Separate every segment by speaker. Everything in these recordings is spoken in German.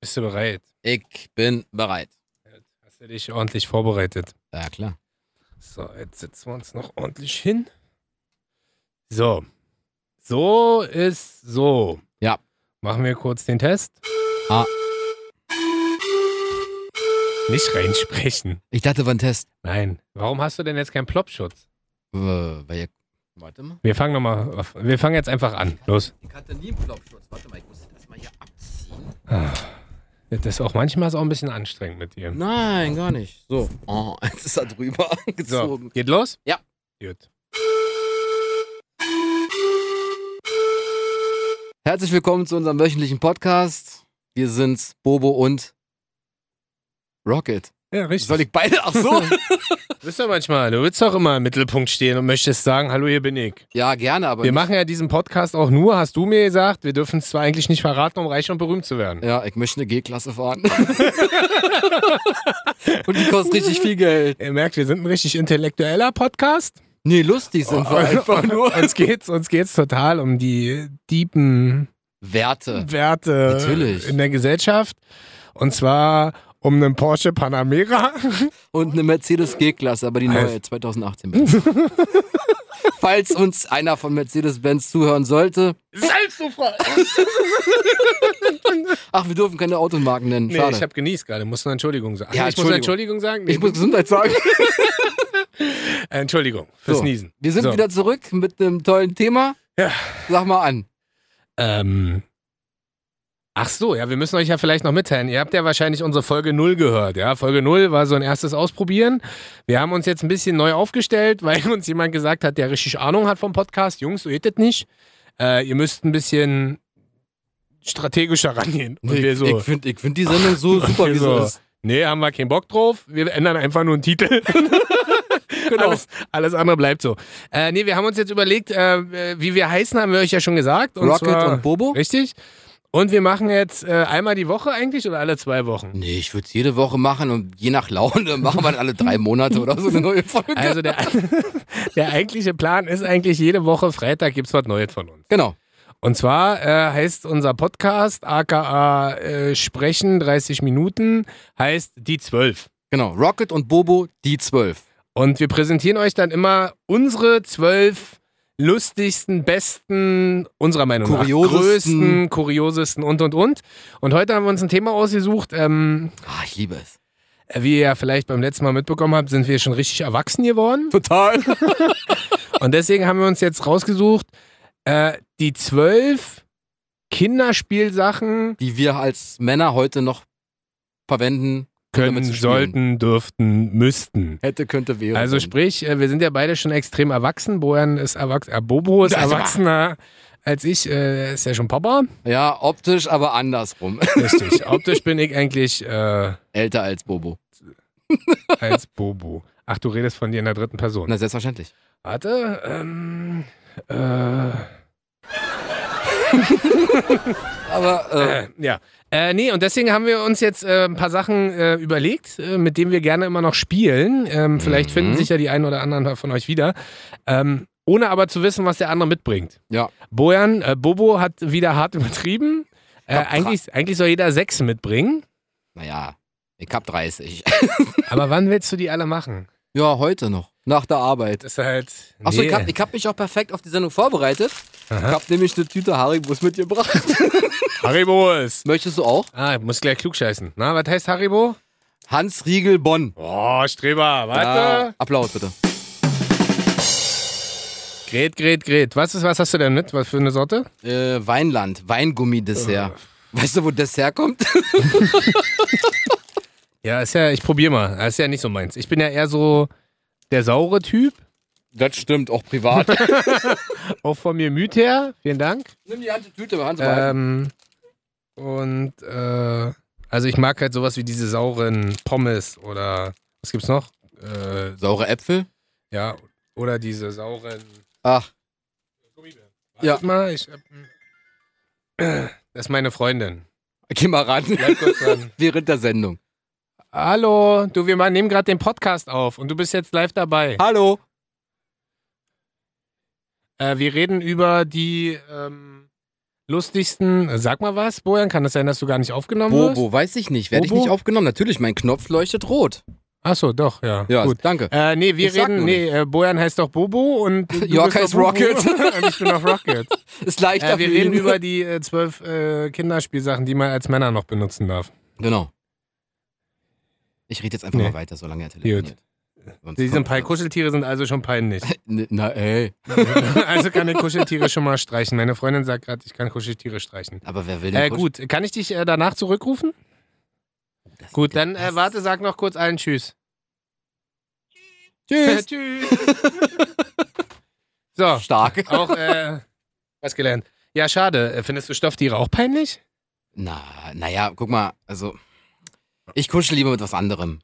Speaker 1: Bist du bereit?
Speaker 2: Ich bin bereit.
Speaker 1: Hast du dich ordentlich vorbereitet?
Speaker 2: Ja, klar.
Speaker 1: So, jetzt setzen wir uns noch ordentlich hin. So. So ist so.
Speaker 2: Ja.
Speaker 1: Machen wir kurz den Test.
Speaker 2: Ah.
Speaker 1: Nicht reinsprechen.
Speaker 2: Ich dachte, war ein Test.
Speaker 1: Nein. Warum hast du denn jetzt keinen Plopschutz?
Speaker 2: Äh, weil ihr- Warte mal.
Speaker 1: Wir fangen nochmal. auf- Wir fangen jetzt einfach an. Los.
Speaker 2: Ich hatte nie einen Flopschutz. Warte mal, ich muss das mal hier abziehen.
Speaker 1: Das ist auch manchmal ist auch ein bisschen anstrengend mit dir.
Speaker 2: Nein, gar nicht. So. Oh, jetzt ist er drüber
Speaker 1: So,
Speaker 2: gezogen.
Speaker 1: geht los?
Speaker 2: Ja.
Speaker 1: Gut.
Speaker 2: Herzlich willkommen zu unserem wöchentlichen Podcast. Wir sind's, Bobo und Rocket.
Speaker 1: Ja, richtig.
Speaker 2: Soll ich beide? Ach so.
Speaker 1: Du bist ja manchmal, du willst doch immer im Mittelpunkt stehen und möchtest sagen, hallo, hier bin ich.
Speaker 2: ja, gerne, aber.
Speaker 1: Wir
Speaker 2: nicht-
Speaker 1: machen ja diesen Podcast auch nur, hast du mir gesagt, wir dürfen es zwar eigentlich nicht verraten, um reich und berühmt zu werden.
Speaker 2: Ja, ich möchte eine G-Klasse fahren. und die kostet richtig viel Geld.
Speaker 1: Ihr merkt, wir sind ein richtig intellektueller Podcast.
Speaker 2: Nee, lustig sind wir Oh, einfach nur.
Speaker 1: Uns geht's, uns geht's total um die tiefen
Speaker 2: Werte.
Speaker 1: Werte
Speaker 2: Natürlich.
Speaker 1: in der Gesellschaft. Und zwar um einen Porsche Panamera.
Speaker 2: Und eine Mercedes G-Klasse, aber die neue 2018-Benz. Falls uns einer von Mercedes-Benz zuhören sollte.
Speaker 1: Selbst so frei.
Speaker 2: Ach, wir dürfen keine Automarken nennen.
Speaker 1: Nee,
Speaker 2: Schade.
Speaker 1: ich habe genießt gerade. Muss eine Entschuldigung sagen. Ach,
Speaker 2: Ja,
Speaker 1: ich muss eine Entschuldigung sagen. Nee,
Speaker 2: ich muss Gesundheit sagen.
Speaker 1: äh, Entschuldigung fürs
Speaker 2: So,
Speaker 1: Niesen.
Speaker 2: Wir sind
Speaker 1: so.
Speaker 2: wieder zurück mit einem tollen Thema.
Speaker 1: Ja.
Speaker 2: Sag mal an.
Speaker 1: Ähm. Ach so, ja, wir müssen euch ja vielleicht noch mitteilen. Ihr habt ja wahrscheinlich unsere Folge 0 gehört, ja. Folge 0 war so ein erstes Ausprobieren. Wir haben uns jetzt ein bisschen neu aufgestellt, weil uns jemand gesagt hat, der richtig Ahnung hat vom Podcast. Jungs, so geht das nicht. Äh, ihr müsst ein bisschen strategischer rangehen. Und wir
Speaker 2: ich
Speaker 1: so,
Speaker 2: ich finde ich find die Sendung so super,
Speaker 1: wir
Speaker 2: wie
Speaker 1: so-
Speaker 2: sie ist.
Speaker 1: nee, haben wir keinen Bock drauf. Wir ändern einfach nur einen Titel.
Speaker 2: Genau.
Speaker 1: Alles, alles andere bleibt so. Äh, nee, wir haben uns jetzt überlegt, äh, wie wir heißen, haben wir euch ja schon gesagt. Und
Speaker 2: Rocket
Speaker 1: zwar,
Speaker 2: und Bobo?
Speaker 1: Richtig. Und wir machen jetzt äh, einmal die Woche eigentlich oder alle zwei Wochen?
Speaker 2: Nee, ich würde es jede Woche machen und je nach Laune machen wir dann alle drei Monate oder so eine neue Folge.
Speaker 1: Also der, der eigentliche Plan ist eigentlich, jede Woche Freitag gibt es was Neues von uns.
Speaker 2: genau.
Speaker 1: Und zwar äh, heißt unser Podcast, aka äh, Sprechen 30 Minuten, heißt die 12.
Speaker 2: Genau. Rocket und Bobo, die zwölf.
Speaker 1: Und wir präsentieren euch dann immer unsere zwölf lustigsten, besten, unserer Meinung nach,
Speaker 2: Kuriosesten.
Speaker 1: größten, kuriosesten und, und, und. Und heute haben wir uns ein Thema ausgesucht. Ähm,
Speaker 2: Ah, ich liebe es.
Speaker 1: wie ihr ja vielleicht beim letzten Mal mitbekommen habt, sind wir schon richtig erwachsen geworden.
Speaker 2: Total.
Speaker 1: Und deswegen haben wir uns jetzt rausgesucht, äh, die zwölf Kinderspielsachen
Speaker 2: die wir als Männer heute noch verwenden
Speaker 1: können,
Speaker 2: damit zu spielen.
Speaker 1: sollten, dürften, müssten.
Speaker 2: hätte, könnte, wäre.
Speaker 1: Also sprich, äh, wir sind ja beide schon extrem erwachsen. Bojan ist erwachsen, äh, Bobo ist
Speaker 2: Das war-
Speaker 1: erwachsener als ich, äh, ist ja schon Papa.
Speaker 2: Ja, optisch, aber andersrum.
Speaker 1: Richtig. Optisch bin ich eigentlich äh,
Speaker 2: Älter als Bobo.
Speaker 1: als Bobo. Ach, du redest von dir in der dritten Person.
Speaker 2: Na, selbstverständlich.
Speaker 1: Warte, ähm, äh,
Speaker 2: Aber äh,
Speaker 1: Äh, ja. Äh, nee, und deswegen haben wir uns jetzt äh, ein paar Sachen äh, überlegt, äh, mit denen wir gerne immer noch spielen. Ähm, vielleicht
Speaker 2: Mhm.
Speaker 1: finden sich ja die einen oder anderen von euch wieder. Ähm, ohne aber zu wissen, was der andere mitbringt.
Speaker 2: Ja.
Speaker 1: Bojan, äh, Bobo hat wieder hart übertrieben. Äh,
Speaker 2: Hab drei-
Speaker 1: eigentlich, eigentlich soll jeder sechs mitbringen.
Speaker 2: naja, ich hab 30.
Speaker 1: Aber wann willst du die alle machen?
Speaker 2: Ja, heute noch. Nach der Arbeit.
Speaker 1: Das ist halt.
Speaker 2: Achso,
Speaker 1: nee.
Speaker 2: ich hab, ich hab mich auch perfekt auf die Sendung vorbereitet.
Speaker 1: Aha.
Speaker 2: Ich hab nämlich eine Tüte Haribos mitgebracht.
Speaker 1: Haribo ist.
Speaker 2: Möchtest du auch?
Speaker 1: Ah, ich muss gleich klugscheißen. Na, was heißt Haribo?
Speaker 2: Hans Riegel Bonn.
Speaker 1: Oh, Streber, warte.
Speaker 2: Ja, Applaus bitte.
Speaker 1: Gret, Gret, Gret. Was ist, was hast du denn mit? Was für eine Sorte?
Speaker 2: Äh, Weinland,
Speaker 1: Äh.
Speaker 2: Weingummi-Dessert. Weißt du, wo Dessert kommt?
Speaker 1: Ja, ist ja, ich probier mal. Das ist ja nicht so meins. Ich bin ja eher so der saure Typ.
Speaker 2: Das stimmt, auch privat.
Speaker 1: Auch von mir Müd her. Vielen Dank.
Speaker 2: Nimm die ganze Tüte, Hans. halt.
Speaker 1: Ähm, und, äh, also ich mag halt sowas wie diese sauren Pommes oder, was gibt's noch? Äh,
Speaker 2: Saure Äpfel?
Speaker 1: ja, oder diese sauren Ah,
Speaker 2: Ach,
Speaker 1: Gummibären.
Speaker 2: Ja.
Speaker 1: mal, ich hab, Das ist meine Freundin.
Speaker 2: geh mal ran.
Speaker 1: Bleib kurz dran.
Speaker 2: Während der Sendung.
Speaker 1: Hallo, du, wir nehmen gerade den Podcast auf und du bist jetzt live dabei.
Speaker 2: Hallo.
Speaker 1: Äh, wir reden über die ähm, lustigsten, sag mal was, Bojan, kann das sein, dass du gar nicht aufgenommen wirst?
Speaker 2: Bobo, weiß ich nicht. Werde ich
Speaker 1: Bobo?
Speaker 2: nicht aufgenommen? Natürlich, mein Knopf leuchtet rot.
Speaker 1: Achso, doch, ja.
Speaker 2: Ja,
Speaker 1: gut.
Speaker 2: danke.
Speaker 1: Äh, nee, wir
Speaker 2: Ich sag
Speaker 1: reden,
Speaker 2: nur
Speaker 1: nee, äh, Bojan heißt doch Bobo und du
Speaker 2: York
Speaker 1: bist doch
Speaker 2: heißt
Speaker 1: Bobo.
Speaker 2: Rocket.
Speaker 1: und ich bin auch Rocket.
Speaker 2: Ist leichter
Speaker 1: Äh, wir
Speaker 2: für
Speaker 1: reden
Speaker 2: ihn.
Speaker 1: über die äh, zwölf äh, Kinderspielsachen, die man als Männer noch benutzen darf.
Speaker 2: Genau. Ich rede jetzt einfach
Speaker 1: Nee.
Speaker 2: mal weiter, solange er telefoniert. Sonst
Speaker 1: Sie sind
Speaker 2: kommt- Äh,
Speaker 1: Pein Kuscheltiere sind also schon peinlich.
Speaker 2: N- Na ey.
Speaker 1: also kann ich Kuscheltiere schon mal streichen. Meine Freundin sagt gerade, ich kann Kuscheltiere streichen.
Speaker 2: Aber wer will denn
Speaker 1: Äh,
Speaker 2: Kusch-
Speaker 1: gut, kann ich dich äh, danach zurückrufen?
Speaker 2: Das-
Speaker 1: Gut, dann
Speaker 2: das-
Speaker 1: äh, warte, sag noch kurz allen Tschüss.
Speaker 2: Tschüss.
Speaker 1: Tschüss. Ah. so,
Speaker 2: Stark.
Speaker 1: auch äh, was gelernt. Ja, schade. Äh, Findest du Stofftiere auch peinlich?
Speaker 2: Na, naja, guck mal, also ich kuschel lieber mit was anderem.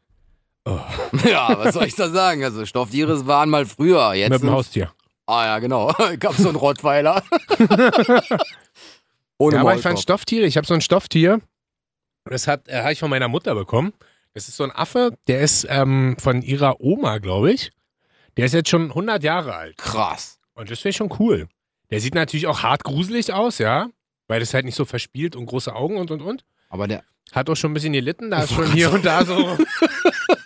Speaker 1: Oh.
Speaker 2: Ja, was soll ich da sagen? Also Stofftiere waren mal früher, jetzt
Speaker 1: Mit dem
Speaker 2: sind-
Speaker 1: Haustier.
Speaker 2: Ah ja, genau. Gab so einen Rottweiler. Ohne
Speaker 1: Ja, aber ich
Speaker 2: Maulkorb.
Speaker 1: fand Stofftiere, ich habe so ein Stofftier, das hat, äh, habe ich von meiner Mutter bekommen. Das ist so ein Affe, der ist ähm, von ihrer Oma, glaube ich. Der ist jetzt schon 100 Jahre alt.
Speaker 2: krass.
Speaker 1: Und das finde ich schon cool. Der sieht natürlich auch hart gruselig aus, ja. Weil das halt nicht so verspielt und große Augen und und und.
Speaker 2: Aber der
Speaker 1: Hat auch schon ein bisschen gelitten, da ist schon hier und da so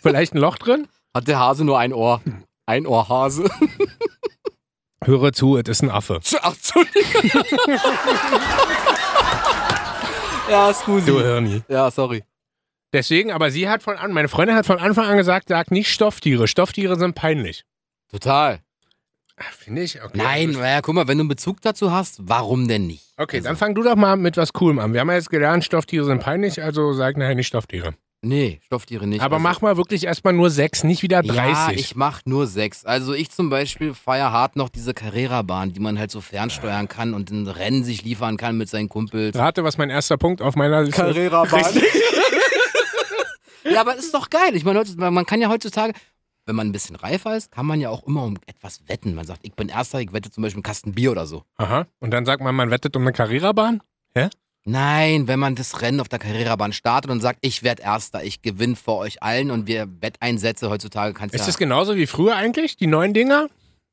Speaker 1: vielleicht ein Loch drin.
Speaker 2: hat der Hase nur ein Ohr. Ein Ohrhase.
Speaker 1: Höre zu, es ist ein Affe.
Speaker 2: Ach, Entschuldigung. ja,
Speaker 1: Du
Speaker 2: Scusi.
Speaker 1: Hirni.
Speaker 2: Ja, sorry.
Speaker 1: Deswegen, aber sie hat von an, meine Freundin hat von Anfang an gesagt, sag nicht Stofftiere. Stofftiere sind peinlich.
Speaker 2: Total.
Speaker 1: Ach, Finde ich, okay.
Speaker 2: Nein,
Speaker 1: Also-
Speaker 2: naja, guck mal, wenn du einen Bezug dazu hast, warum denn nicht?
Speaker 1: Okay,
Speaker 2: also,
Speaker 1: dann fang du doch mal mit was Coolem an. Wir haben ja jetzt gelernt, Stofftiere sind peinlich, also sag nachher nicht Stofftiere.
Speaker 2: Nee, Stofftiere nicht.
Speaker 1: aber
Speaker 2: also,
Speaker 1: mach mal wirklich erstmal nur sechs, nicht wieder 30.
Speaker 2: Ja, ich mach nur sechs. Also ich zum Beispiel feier hart noch diese Carrera-Bahn, die man halt so fernsteuern kann und in Rennen sich liefern kann mit seinen Kumpels.
Speaker 1: Rate, was mein erster Punkt auf meiner Liste ist.
Speaker 2: Carrera-Bahn. ja, aber ist doch geil. Ich meine, heutzutage- man kann ja heutzutage, wenn man ein bisschen reifer ist, kann man ja auch immer um etwas wetten. Man sagt, ich bin Erster, ich wette zum Beispiel einen Kasten Bier oder so.
Speaker 1: Aha. Und dann sagt man, man wettet um eine Carrera-Bahn?
Speaker 2: Nein, wenn man das Rennen auf der Carrera-Bahn startet und sagt, ich werd Erster, ich gewinne vor euch allen und wir Wetteinsätze heutzutage kannst
Speaker 1: Ist
Speaker 2: ja...
Speaker 1: das genauso wie früher eigentlich, die neuen Dinger?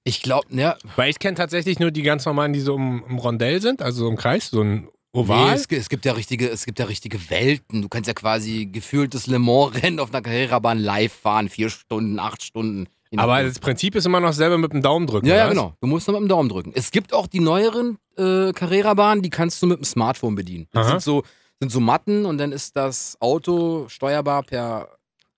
Speaker 2: Ich ne, glaube, ja,
Speaker 1: Weil ich kenne tatsächlich nur die ganz normalen, die so im, im Rondell sind, also so im Kreis, so ein Oval.
Speaker 2: Nee, es, gi- es gibt ja richtige, es gibt ja richtige Welten. Du kannst ja quasi gefühltes Le Mans-Rennen auf einer Carrera-Bahn live fahren, vier Stunden, acht Stunden. Je
Speaker 1: aber
Speaker 2: nachdem.
Speaker 1: das Prinzip ist immer noch selber mit dem Daumen drücken.
Speaker 2: ja, ja,
Speaker 1: oder was?
Speaker 2: genau. Du musst noch mit dem Daumen drücken. Es gibt auch die neueren äh, Carrera-Bahnen, die kannst du mit dem Smartphone bedienen. Das
Speaker 1: Aha.
Speaker 2: sind so, sind so Matten und dann ist das Auto steuerbar per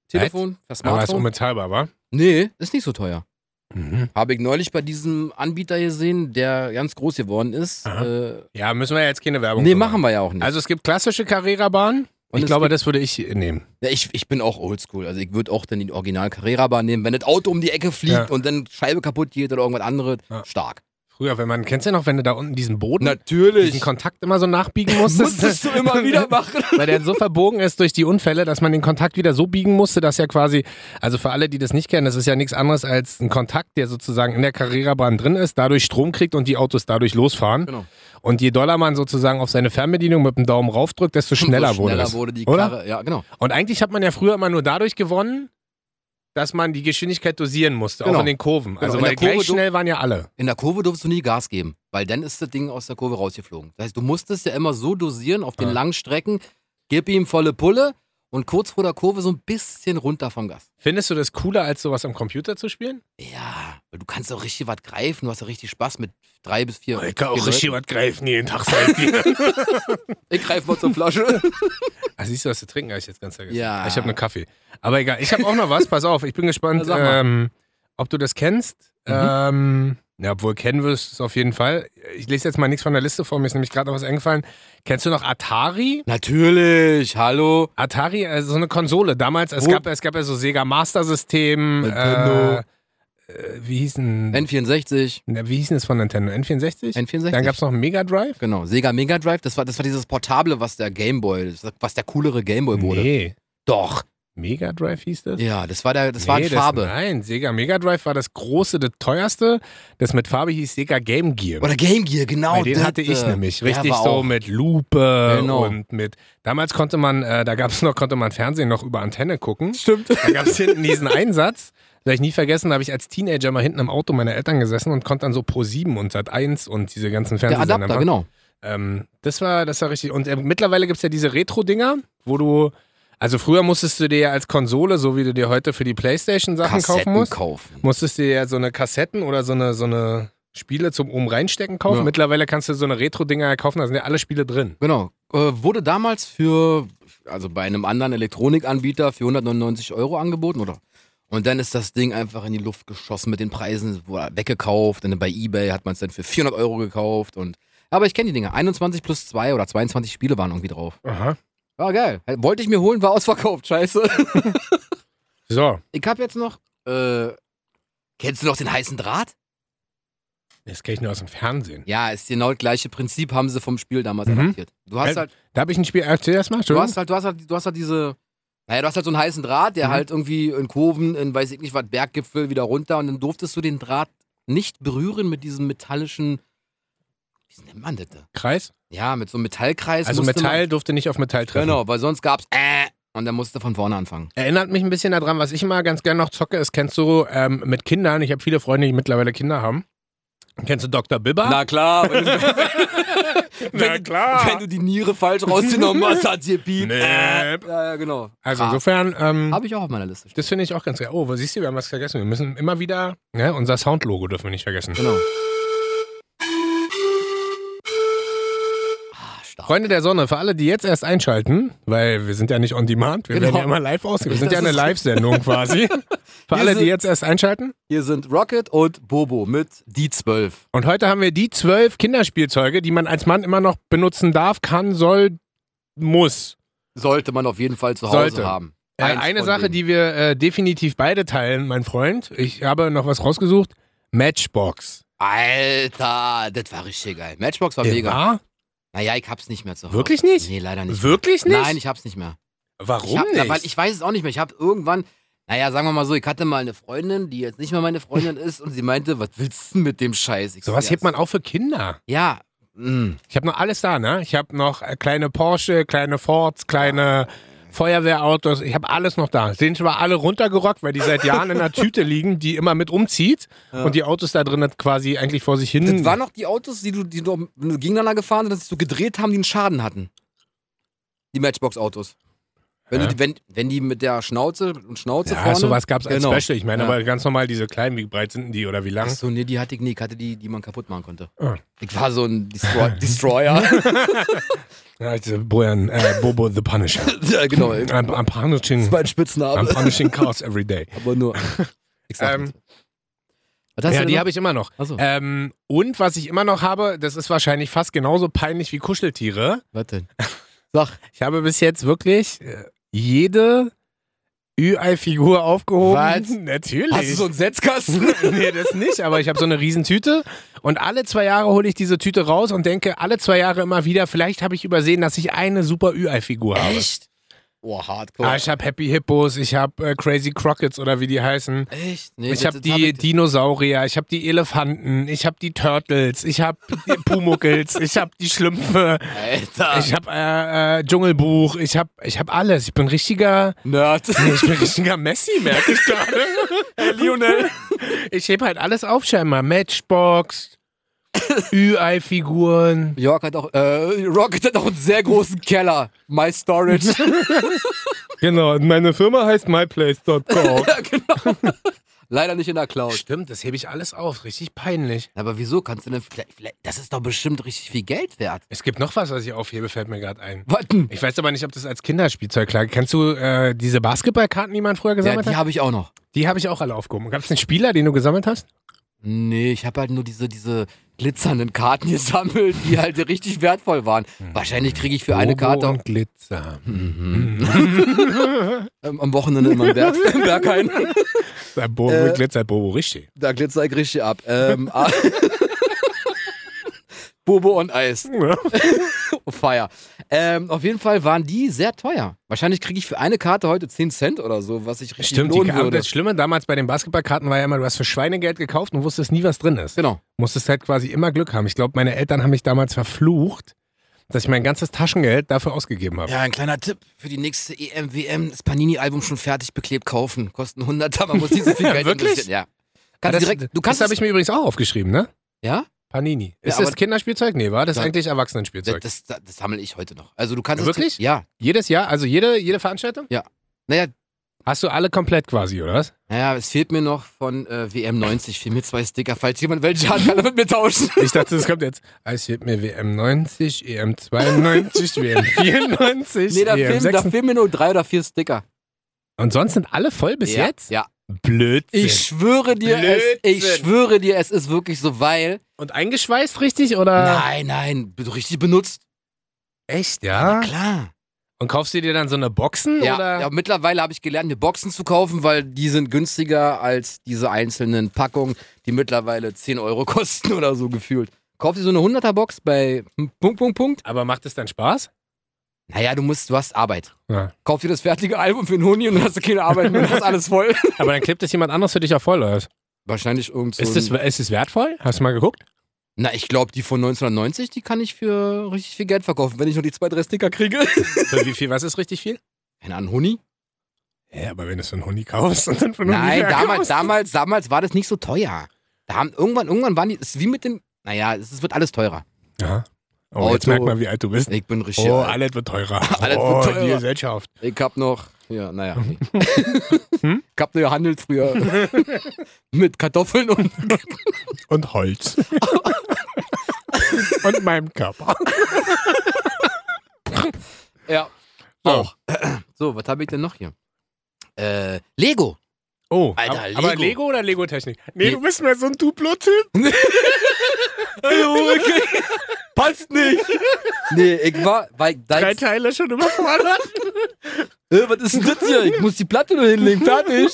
Speaker 2: Telefon, per
Speaker 1: Halt? Aber ist
Speaker 2: Smartphone.
Speaker 1: unbezahlbar, wa?
Speaker 2: nee, ist nicht so teuer.
Speaker 1: Mhm.
Speaker 2: Habe ich neulich bei diesem Anbieter gesehen, der ganz groß geworden ist.
Speaker 1: Aha.
Speaker 2: Äh,
Speaker 1: Ja, müssen wir ja jetzt keine Werbung
Speaker 2: nee,
Speaker 1: für
Speaker 2: machen wir ja auch nicht.
Speaker 1: Also es gibt klassische Carrera-Bahnen.
Speaker 2: Und
Speaker 1: Ich
Speaker 2: es
Speaker 1: glaube, das würde ich nehmen.
Speaker 2: Ja, ich, ich bin auch oldschool. Also ich würde auch dann die original Carrera-Bahn nehmen. Wenn das Auto um die Ecke fliegt
Speaker 1: Ja.
Speaker 2: und dann Scheibe kaputt geht oder irgendwas anderes,
Speaker 1: Ja.
Speaker 2: stark.
Speaker 1: Früher, wenn man, kennst du ja noch, wenn du da unten diesen Boden, diesen
Speaker 2: Natürlich.
Speaker 1: Kontakt immer so nachbiegen musstest?
Speaker 2: Musstest du immer wieder machen.
Speaker 1: weil der so verbogen ist durch die Unfälle, dass man den Kontakt wieder so biegen musste, dass ja quasi, also für alle, die das nicht kennen, das ist ja nichts anderes als ein Kontakt, der sozusagen in der Carrera-Bahn drin ist, dadurch Strom kriegt und die Autos dadurch losfahren.
Speaker 2: Genau.
Speaker 1: Und je doller man sozusagen auf seine Fernbedienung mit dem Daumen raufdrückt, desto schneller,
Speaker 2: Umso
Speaker 1: wurde
Speaker 2: schneller
Speaker 1: es.
Speaker 2: wurde die
Speaker 1: oder?
Speaker 2: Karre. Ja, genau.
Speaker 1: Und eigentlich hat man ja früher immer nur dadurch gewonnen, dass man die Geschwindigkeit dosieren musste, auch
Speaker 2: Genau.
Speaker 1: in den Kurven. Also
Speaker 2: In der
Speaker 1: weil
Speaker 2: Kurve
Speaker 1: gleich
Speaker 2: du-
Speaker 1: schnell waren ja alle.
Speaker 2: In der Kurve durfst du nie Gas geben, weil dann ist das Ding aus der Kurve rausgeflogen. Das heißt, du musstest ja immer so dosieren auf den
Speaker 1: Ja.
Speaker 2: langen Strecken, gib ihm volle Pulle und kurz vor der Kurve so ein bisschen runter vom Gas.
Speaker 1: Findest du das cooler, als sowas am Computer zu spielen?
Speaker 2: Ja, weil du kannst auch richtig was greifen, du hast ja richtig Spaß mit drei bis
Speaker 1: Oh,
Speaker 2: vier. vier Leuten.
Speaker 1: was greifen jeden Tag seit dir.
Speaker 2: Ich greife mal zur Flasche.
Speaker 1: Ah, siehst du, was zu trinken habe ich jetzt ganz vergessen.
Speaker 2: Ja.
Speaker 1: Ich ne habe nur Kaffee. Aber egal, ich habe auch noch was. Pass auf, ich bin gespannt,
Speaker 2: Na, Ah. sag mal.
Speaker 1: ähm, ob du das kennst.
Speaker 2: Mhm.
Speaker 1: Ähm, ja, obwohl kennen wirst du es auf jeden Fall. Ich lese jetzt mal nichts von der Liste vor, mir ist nämlich gerade noch was eingefallen. Kennst du noch Atari?
Speaker 2: Natürlich, hallo.
Speaker 1: Atari, also so eine Konsole. Damals, es
Speaker 2: Wo-
Speaker 1: gab, es gab ja so Sega Master System. Äh,
Speaker 2: Nintendo.
Speaker 1: äh, wie hießen
Speaker 2: N64,
Speaker 1: wie hießen es von Nintendo? N64?
Speaker 2: N64.
Speaker 1: Hm. Dann gab es noch einen Mega Drive?
Speaker 2: genau, Sega Mega Drive, das war, das war dieses Portable, was der Gameboy, das- was der coolere Gameboy wurde.
Speaker 1: Nee.
Speaker 2: Doch.
Speaker 1: Mega Drive hieß das?
Speaker 2: Ja, das war der, das war in
Speaker 1: Nee,
Speaker 2: Farbe.
Speaker 1: nein, Sega Mega Drive war das große, das teuerste. Das mit Farbe hieß Sega Game Gear.
Speaker 2: Oder Game Gear, genau.
Speaker 1: Weil den
Speaker 2: das,
Speaker 1: hatte ich
Speaker 2: äh,
Speaker 1: nämlich.
Speaker 2: der
Speaker 1: Richtig
Speaker 2: war
Speaker 1: so
Speaker 2: auch-
Speaker 1: mit Lupe
Speaker 2: Genau.
Speaker 1: und mit. Damals konnte man, äh, da gab es noch, konnte man Fernsehen noch über Antenne gucken.
Speaker 2: Stimmt.
Speaker 1: Da gab es hinten diesen Einsatz. Das Werde ich nie vergessen, da habe ich als Teenager mal hinten im Auto meiner Eltern gesessen und konnte dann so Pro 7 und Sat 1 und diese ganzen
Speaker 2: Der
Speaker 1: Fernsehsender.
Speaker 2: Adapter,
Speaker 1: machen.
Speaker 2: genau.
Speaker 1: Ähm, das war, das war richtig. Und äh, mittlerweile gibt es ja diese Retro-Dinger, wo du, also früher musstest du dir ja als Konsole, so wie du dir heute für die Playstation Sachen kaufen musst,
Speaker 2: kaufen.
Speaker 1: musstest du dir ja so eine Kassetten oder so eine, so eine Spiele zum oben reinstecken kaufen.
Speaker 2: Ja.
Speaker 1: Mittlerweile kannst du so eine Retro-Dinger ja kaufen, da sind ja alle Spiele drin.
Speaker 2: Genau. Äh, wurde damals für, also bei einem anderen Elektronikanbieter für 199 Euro angeboten, oder? Und dann ist das Ding einfach in die Luft geschossen mit den Preisen, wurde weggekauft. Und bei Ebay hat man es dann für 400 Euro gekauft. Und, aber ich kenne die Dinger. 21 plus 2 oder 22 Spiele waren irgendwie drauf.
Speaker 1: Aha.
Speaker 2: War geil. Wollte ich mir holen, war ausverkauft. Scheiße.
Speaker 1: So.
Speaker 2: Ich habe jetzt noch, äh, kennst du noch den heißen Draht?
Speaker 1: Das kenne ich nur aus dem Fernsehen.
Speaker 2: Ja, ist genau das gleiche Prinzip, haben sie vom Spiel damals
Speaker 1: Mhm.
Speaker 2: adaptiert. Du hast
Speaker 1: Ja,
Speaker 2: halt,
Speaker 1: Da habe ich ein Spiel. äh, Erzähl erstmal,
Speaker 2: du
Speaker 1: Entschuldigung.
Speaker 2: hast halt, du hast halt, du hast halt diese, naja, du hast halt so einen heißen Draht, der
Speaker 1: Mhm.
Speaker 2: halt irgendwie in Kurven, in weiß ich nicht was, Berggipfel wieder runter und dann durftest du den Draht nicht berühren mit diesem metallischen, wie nennt man das da?
Speaker 1: Kreis.
Speaker 2: Ja, mit so einem Metallkreis.
Speaker 1: Also
Speaker 2: musste
Speaker 1: Metall durfte nicht auf Metall
Speaker 2: Man,
Speaker 1: treffen.
Speaker 2: genau, weil sonst gab's äh, und dann musst du von vorne anfangen.
Speaker 1: Erinnert mich ein bisschen daran, was ich mal ganz gerne noch zocke, ist, kennst du ähm, mit Kindern, ich habe viele Freunde, die mittlerweile Kinder haben. Kennst du Dr. Bibber?
Speaker 2: Ah. klar, wenn du,
Speaker 1: Na klar.
Speaker 2: wenn du die Niere falsch rausgenommen hast, hat sie piept.
Speaker 1: Nee.
Speaker 2: Äh, ja, ja, genau.
Speaker 1: also
Speaker 2: Ah,
Speaker 1: insofern, ähm,
Speaker 2: Habe ich auch auf meiner Liste. stehen.
Speaker 1: das finde ich auch ganz geil. Oh, was siehst du, wir haben was vergessen. Wir müssen immer wieder, ne, unser Soundlogo dürfen wir nicht vergessen.
Speaker 2: Genau. Ah, stark.
Speaker 1: Freunde der Sonne, für alle, die jetzt erst einschalten, weil wir sind ja nicht on demand, wir
Speaker 2: Genau.
Speaker 1: werden ja immer live ausgeben. Wir sind
Speaker 2: Das
Speaker 1: ja eine
Speaker 2: ist-
Speaker 1: Live-Sendung quasi. Für
Speaker 2: Wir
Speaker 1: alle, die
Speaker 2: sind-
Speaker 1: jetzt erst einschalten.
Speaker 2: Hier sind Rocket und Bobo mit die 12.
Speaker 1: Und heute haben wir die zwölf Kinderspielzeuge, die man als Mann immer noch benutzen darf, kann, soll, muss.
Speaker 2: Sollte man auf jeden Fall zu Hause
Speaker 1: Sollte.
Speaker 2: haben.
Speaker 1: Äh,
Speaker 2: Eins
Speaker 1: eine
Speaker 2: von
Speaker 1: Sache,
Speaker 2: denen.
Speaker 1: die wir äh, definitiv beide teilen, mein Freund. Ich habe noch was rausgesucht. Matchbox.
Speaker 2: Alter, das war richtig geil. Matchbox war
Speaker 1: Der
Speaker 2: mega.
Speaker 1: War?
Speaker 2: Naja, ich hab's nicht mehr zu Hause.
Speaker 1: Wirklich nicht?
Speaker 2: Nee, leider nicht.
Speaker 1: Wirklich nicht?
Speaker 2: Nein, ich hab's nicht mehr.
Speaker 1: Warum
Speaker 2: ich hab,
Speaker 1: nicht?
Speaker 2: Na, weil ich weiß es auch nicht mehr. Ich habe irgendwann, naja, sagen wir mal so, ich hatte mal eine Freundin, die jetzt nicht mehr meine Freundin ist und sie meinte, was willst du denn mit dem Scheiß? Ich so,
Speaker 1: Sowas
Speaker 2: ja,
Speaker 1: hebt man auch für Kinder.
Speaker 2: Ja. mm.
Speaker 1: Ich habe noch alles da, ne? Ich habe noch äh, kleine Porsche, kleine Fords, kleine Feuerwehrautos. Ich habe alles noch da. Sind zwar alle runtergerockt, weil die seit Jahren in einer Tüte liegen, die immer mit umzieht.
Speaker 2: Ja.
Speaker 1: Und die Autos da drin quasi eigentlich vor sich hin.
Speaker 2: Das waren noch die Autos, die du, die noch wenn du gegeneinander gefahren sind, dass sie so gedreht haben, die einen Schaden hatten. Die Matchbox-Autos. Wenn, du
Speaker 1: Hä?
Speaker 2: die, wenn, wenn die mit der Schnauze und Schnauze
Speaker 1: ja,
Speaker 2: vorne.
Speaker 1: sowas gab es als
Speaker 2: Genau.
Speaker 1: Special. Ich meine,
Speaker 2: Ja.
Speaker 1: aber ganz normal diese kleinen, wie breit sind denn die oder wie lang?
Speaker 2: Achso, nee, die hatte ich nie. Ich hatte die, die man kaputt machen konnte.
Speaker 1: Ah.
Speaker 2: Ich war so ein Destroy Destroyer.
Speaker 1: Ja, diese Bojan, äh, Bobo the Punisher.
Speaker 2: ja, genau. Das
Speaker 1: I'm, I'm punishing.
Speaker 2: ist mein
Speaker 1: I'm
Speaker 2: Spitzname.
Speaker 1: punishing cars every day.
Speaker 2: Aber nur. Ich sag
Speaker 1: Ähm,
Speaker 2: nichts. Was hast
Speaker 1: ja,
Speaker 2: du
Speaker 1: die
Speaker 2: denn
Speaker 1: habe ich immer noch.
Speaker 2: noch? Achso,
Speaker 1: Ähm, und was ich immer noch habe, das ist wahrscheinlich fast genauso peinlich wie Kuscheltiere.
Speaker 2: was denn? Sag,
Speaker 1: Ich habe bis jetzt wirklich äh, jede Ü-Ei-Figur aufgehoben.
Speaker 2: Was?
Speaker 1: Natürlich.
Speaker 2: hast du so einen Setzkasten?
Speaker 1: nee, das nicht, aber ich habe so eine Riesentüte und alle zwei Jahre hole ich diese Tüte raus und denke alle zwei Jahre immer wieder, vielleicht habe ich übersehen, dass ich eine super Ü-Ei-Figur habe.
Speaker 2: Echt? Boah, hardcore.
Speaker 1: Äh. Ah, ich habe Happy Hippos, ich habe äh, Crazy Crockets oder wie die heißen.
Speaker 2: Echt? Nee,
Speaker 1: Ich
Speaker 2: das-
Speaker 1: habe
Speaker 2: das hab
Speaker 1: die
Speaker 2: ich-
Speaker 1: Dinosaurier, ich habe die Elefanten, ich habe die Turtles, ich habe die Pumuckels, ich habe die Schlümpfe,
Speaker 2: Alter.
Speaker 1: ich habe äh, äh, Dschungelbuch, ich habe ich hab alles. Ich bin richtiger,
Speaker 2: Nerd.
Speaker 1: ich bin richtiger Messi, merke ich gerade.
Speaker 2: Lionel.
Speaker 1: Ich heb halt alles auf scheinbar. Matchbox, Ü-Ei-Figuren.
Speaker 2: York hat auch, äh, Rocket hat auch einen sehr großen Keller. My Storage.
Speaker 1: Genau, und meine Firma heißt myplace.com.
Speaker 2: ja, genau. Leider nicht in der Cloud.
Speaker 1: Stimmt, das hebe ich alles auf. Richtig peinlich.
Speaker 2: Aber wieso kannst du denn, vielleicht, vielleicht, das ist doch bestimmt richtig viel Geld wert.
Speaker 1: Es gibt noch was, was ich aufhebe, fällt mir gerade ein.
Speaker 2: Warten.
Speaker 1: Ich weiß aber nicht, ob das als Kinderspielzeug klar. Kennst du äh, diese Basketballkarten, die man früher
Speaker 2: Ja,
Speaker 1: gesammelt
Speaker 2: die
Speaker 1: hat?
Speaker 2: habe ich auch noch.
Speaker 1: Die habe ich auch alle aufgehoben. Gab es einen Spieler, den du gesammelt hast?
Speaker 2: Nee, ich habe halt nur diese, diese glitzernden Karten gesammelt, die halt richtig wertvoll waren. Wahrscheinlich kriege ich für eine
Speaker 1: Bobo
Speaker 2: Karte Hm.
Speaker 1: und Glitzer.
Speaker 2: ähm, am Wochenende immer einen Berg, im Berg ein.
Speaker 1: Sei Bobo
Speaker 2: Äh.
Speaker 1: und Glitzer, Bobo, richtig.
Speaker 2: Da glitzer ich richtig ab. Ähm, ah- Bobo und Eis.
Speaker 1: Ja.
Speaker 2: Fire. Ähm, auf jeden Fall waren die sehr teuer. Wahrscheinlich kriege ich für eine Karte heute 10 Cent oder so, was ich richtig
Speaker 1: Stimmt, die
Speaker 2: lohnen
Speaker 1: Karte,
Speaker 2: würde.
Speaker 1: das Schlimme damals bei den Basketballkarten war ja immer, du hast für Schweinegeld gekauft und wusstest nie, was drin ist.
Speaker 2: Genau.
Speaker 1: Musstest halt quasi immer Glück haben. Ich glaube, meine Eltern haben mich damals verflucht, dass ich mein ganzes Taschengeld dafür ausgegeben habe.
Speaker 2: Ja, ein kleiner Tipp für die nächste E EMWM. Das Panini-Album schon fertig beklebt kaufen. Kosten 100, aber man muss nicht so viel Geld
Speaker 1: Wirklich?
Speaker 2: investieren. Ja. Kannst
Speaker 1: das,
Speaker 2: direkt, du kannst
Speaker 1: das habe ich mir übrigens auch aufgeschrieben, ne?
Speaker 2: Ja?
Speaker 1: Panini. Ist
Speaker 2: aber-
Speaker 1: das Kinderspielzeug? Nee, war das
Speaker 2: Ja.
Speaker 1: eigentlich
Speaker 2: Das,
Speaker 1: Erwachsenenspielzeug?
Speaker 2: das, das, das sammle ich heute noch. Also du kannst
Speaker 1: Ja,
Speaker 2: es-
Speaker 1: wirklich?
Speaker 2: Ja.
Speaker 1: Jedes Jahr, also jede, jede Veranstaltung?
Speaker 2: Naja,
Speaker 1: Hast du alle komplett quasi, oder was?
Speaker 2: naja, es fehlt mir noch von äh, WM90, fehlen mir zwei Sticker, falls jemand welche hat, kann er mit mir tauschen.
Speaker 1: Ich dachte, es kommt jetzt. Ah, Es wird mir WM 90, EM 92, WM 94,
Speaker 2: Nee, da
Speaker 1: EM
Speaker 2: fehlen,
Speaker 1: 6.
Speaker 2: da fehlen mir nur drei oder vier Sticker.
Speaker 1: E Und sonst sind alle voll bis
Speaker 2: ja,
Speaker 1: jetzt?
Speaker 2: Ja.
Speaker 1: Blödsinn.
Speaker 2: Ich schwöre dir, es, ich
Speaker 1: Blödsinn.
Speaker 2: schwöre dir, es ist wirklich so, weil.
Speaker 1: Und eingeschweißt richtig oder?
Speaker 2: Nein, nein, be- richtig benutzt.
Speaker 1: Echt, ja?
Speaker 2: Klar.
Speaker 1: Und kaufst du dir dann so eine Boxen
Speaker 2: Ja,
Speaker 1: Äh. oder?
Speaker 2: ja, mittlerweile habe ich gelernt, mir Boxen zu kaufen, weil die sind günstiger als diese einzelnen Packungen, die mittlerweile 10 Euro kosten oder so gefühlt. Kauf dir so eine 100er Box bei Punkt, Punkt, Punkt.
Speaker 1: Aber macht es dann Spaß?
Speaker 2: Naja, du musst, du hast Arbeit.
Speaker 1: Ja.
Speaker 2: Kauf dir das fertige Album für einen Huni und dann hast du keine Arbeit mehr, dann hast alles voll.
Speaker 1: Aber dann klebt es jemand anderes für dich auch voll, oder? was?
Speaker 2: Wahrscheinlich irgend so
Speaker 1: Ist es
Speaker 2: ein-
Speaker 1: ist es wertvoll? Hast du mal geguckt?
Speaker 2: Na, ich glaube, die von 1990, die kann ich für richtig viel Geld verkaufen, wenn ich noch die zwei, drei Sticker kriege.
Speaker 1: Für wie viel? Was ist richtig viel?
Speaker 2: Keine Ahnung, Huni?
Speaker 1: Ja, aber wenn du so einen Huni kaufst und dann von
Speaker 2: Nein,
Speaker 1: Huni
Speaker 2: damals,
Speaker 1: verkaufst.
Speaker 2: damals, damals war das nicht so teuer. Da haben, irgendwann, irgendwann waren die, es ist wie mit dem, naja, es ist- wird alles teurer.
Speaker 1: Ja. Oh, jetzt
Speaker 2: Auto.
Speaker 1: merkt man, wie alt du bist.
Speaker 2: Ich bin richtig.
Speaker 1: Oh,
Speaker 2: alt.
Speaker 1: alles wird teurer.
Speaker 2: Alles wird
Speaker 1: oh, die
Speaker 2: teurer.
Speaker 1: Gesellschaft.
Speaker 2: Ich hab noch, ja, naja. nee.
Speaker 1: Hm?
Speaker 2: Ich hab nur gehandelt früher. mit Kartoffeln und.
Speaker 1: Und Holz. und meinem Körper.
Speaker 2: Ja.
Speaker 1: So.
Speaker 2: Auch. So, was habe ich denn noch hier? Äh, Lego.
Speaker 1: Oh,
Speaker 2: Alter,
Speaker 1: ab-
Speaker 2: Lego.
Speaker 1: aber Lego oder Lego-Technik? Nee,
Speaker 2: Nee.
Speaker 1: du bist mehr so ein Duplo-Typ.
Speaker 2: Hallo, okay. Passt nicht. Nee, ich war, weil ich da
Speaker 1: Drei
Speaker 2: jetzt,
Speaker 1: Teile schon überfordert.
Speaker 2: äh, was ist denn das hier? Ich muss die Platte nur hinlegen, fertig.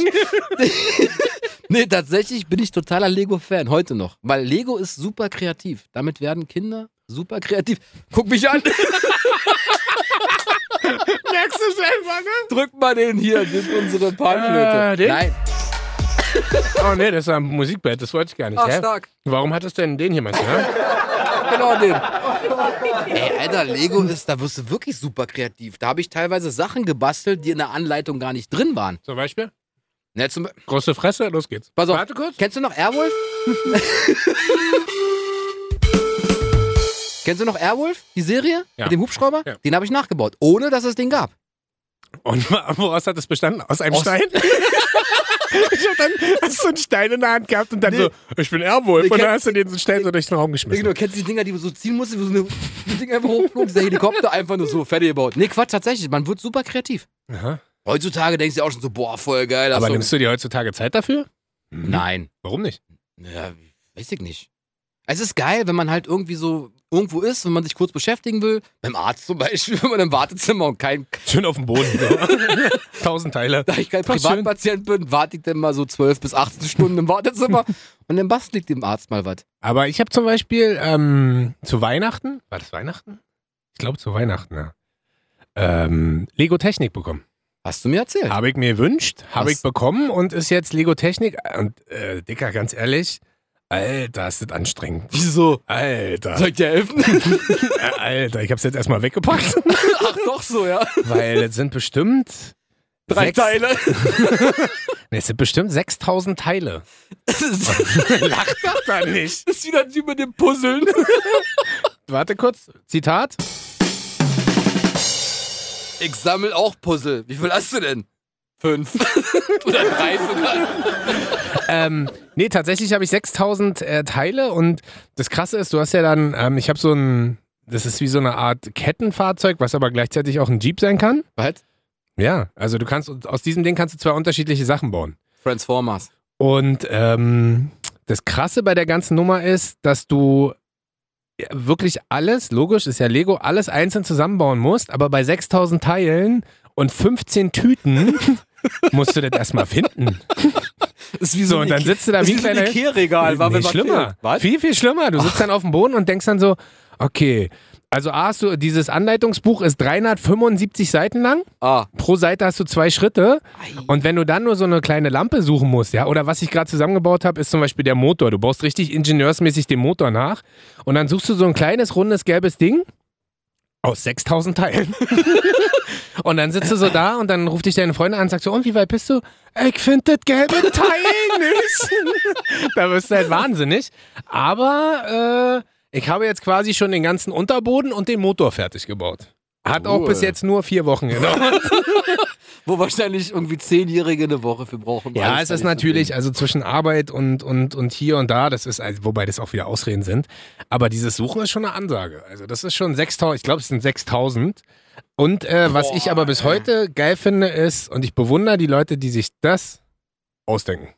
Speaker 2: nee, tatsächlich bin ich totaler Lego-Fan, heute noch. Weil Lego ist super kreativ. Damit werden Kinder super kreativ. Guck mich an,
Speaker 1: Merkst du selber, ne?
Speaker 2: drück mal den hier, das ist unsere Panflöte.
Speaker 1: Äh, den?
Speaker 2: Nein,
Speaker 1: Oh nee, das war ein Musikbett, das wollte ich gar nicht.
Speaker 2: ach
Speaker 1: hä?
Speaker 2: stark,
Speaker 1: Warum hattest du denn den hier, meinst du? Ne?
Speaker 2: genau den. Ey, Alter, Lego ist, da wirst du wirklich super kreativ. Da habe ich teilweise Sachen gebastelt, die in der Anleitung gar nicht drin waren.
Speaker 1: Zum Beispiel?
Speaker 2: Na, zum, Be-
Speaker 1: Große Fresse, los geht's.
Speaker 2: Pass auf.
Speaker 1: Warte kurz.
Speaker 2: Kennst du noch Airwolf? Kennst du noch Airwolf, die Serie
Speaker 1: Ja.
Speaker 2: mit dem Hubschrauber?
Speaker 1: Ja.
Speaker 2: Den habe ich nachgebaut, ohne dass es den gab.
Speaker 1: Und wa- woraus hat das bestanden? Aus einem
Speaker 2: Aus-
Speaker 1: Stein? ich hab dann hast du einen Stein in der Hand gehabt und dann
Speaker 2: Nee.
Speaker 1: so, ich bin Airwolf.
Speaker 2: Nee,
Speaker 1: und dann
Speaker 2: kenn-
Speaker 1: hast du den so einen Stein so durch den Raum geschmissen.
Speaker 2: Genau, kennst du die Dinger, die du so ziehen musst, wo so eine die Dinger einfach hochflogen, der Helikopter einfach nur so fertig gebaut. Nee, Quatsch, tatsächlich, man wird super kreativ.
Speaker 1: Aha.
Speaker 2: Heutzutage denkst du auch schon so, boah, voll geil.
Speaker 1: Aber
Speaker 2: so.
Speaker 1: nimmst du dir heutzutage Zeit dafür?
Speaker 2: Nein.
Speaker 1: Warum nicht?
Speaker 2: Ja, weiß ich nicht. Es ist geil, wenn man halt irgendwie so irgendwo ist, wenn man sich kurz beschäftigen will. Beim Arzt zum Beispiel, wenn man im Wartezimmer und kein
Speaker 1: Schön auf dem Boden. So. Tausend Teile.
Speaker 2: Da ich kein
Speaker 1: Doch, schön.
Speaker 2: Privatpatient bin, warte ich dann mal so 12 bis 18 Stunden im Wartezimmer und dann bastelt dem Arzt mal was.
Speaker 1: Aber ich habe zum Beispiel ähm, zu Weihnachten, war das Weihnachten? Ich glaube zu Weihnachten, ja. Ähm, Lego Technik bekommen.
Speaker 2: Hast du mir erzählt?
Speaker 1: Habe ich mir gewünscht, habe
Speaker 2: Was?
Speaker 1: ich bekommen und ist jetzt Lego Technik. Und äh, Dicker, ganz ehrlich, Alter, ist das anstrengend.
Speaker 2: Wieso?
Speaker 1: Alter,
Speaker 2: Soll ich dir helfen?
Speaker 1: äh, Alter, ich habe es jetzt erstmal weggepackt,
Speaker 2: Ach doch so, ja.
Speaker 1: weil es sind bestimmt
Speaker 2: Drei
Speaker 1: sechs,
Speaker 2: Teile.
Speaker 1: Nee, es sind bestimmt 6000 Teile.
Speaker 2: Das ist,
Speaker 1: Lacht doch da nicht.
Speaker 2: das ist wieder ein Typ mit dem Puzzeln.
Speaker 1: Warte kurz, Zitat.
Speaker 2: Ich sammel auch Puzzle. Wie viel hast du denn? Fünf. Oder drei sogar.
Speaker 1: ähm, nee, tatsächlich habe ich 6000 äh, Teile und das Krasse ist, du hast ja dann, ähm, ich habe so ein, das ist wie so eine Art Kettenfahrzeug, was aber gleichzeitig auch ein Jeep sein kann.
Speaker 2: Was?
Speaker 1: Ja, also du kannst, aus diesem Ding kannst du zwei unterschiedliche Sachen bauen.
Speaker 2: Transformers.
Speaker 1: Und ähm, das Krasse bei der ganzen Nummer ist, dass du ja, wirklich alles, logisch ist ja Lego, alles einzeln zusammenbauen musst, aber bei 6000 Teilen und 15 Tüten musst du das erstmal finden.
Speaker 2: Ist wie
Speaker 1: So, und dann sitzt du da wie ein kleiner
Speaker 2: Ikea-Regal. war, wenn
Speaker 1: nee,
Speaker 2: was
Speaker 1: schlimmer.
Speaker 2: fehlt. Was?
Speaker 1: Viel, viel schlimmer. Du sitzt dann auf dem Boden und denkst dann so, okay, also A, hast du, dieses Anleitungsbuch ist 375 Seiten lang.
Speaker 2: Ah.
Speaker 1: Pro Seite hast du zwei Schritte. Und wenn du dann nur so eine kleine Lampe suchen musst, ja, oder was ich gerade zusammengebaut habe, ist zum Beispiel der Motor. Du baust richtig ingenieursmäßig den Motor nach. Und dann suchst du so ein kleines, rundes, gelbes Ding. Aus 6000 Teilen. und dann sitzt du so da und dann ruft dich deine Freundin an und sagt so, und wie weit bist du? Ich finde das gelbe Teil nicht. da wirst du halt wahnsinnig. Aber äh, ich habe jetzt quasi schon den ganzen Unterboden und den Motor fertig gebaut. Hat auch
Speaker 2: Cool.
Speaker 1: bis jetzt nur vier Wochen gedauert.
Speaker 2: Wo wahrscheinlich irgendwie Zehnjährige eine Woche für brauchen. um
Speaker 1: ja, es
Speaker 2: alles
Speaker 1: ist
Speaker 2: fertig zu
Speaker 1: natürlich,
Speaker 2: kriegen.
Speaker 1: also zwischen Arbeit und, und, und hier und da, das ist, also, wobei das auch wieder Ausreden sind. Aber dieses Suchen ist schon eine Ansage. Also, das ist schon 6000, ich glaube, es sind 6000. Und äh, was ich
Speaker 2: Boah,
Speaker 1: aber bis
Speaker 2: ey.
Speaker 1: heute geil finde, ist, und ich bewundere die Leute, die sich das ausdenken.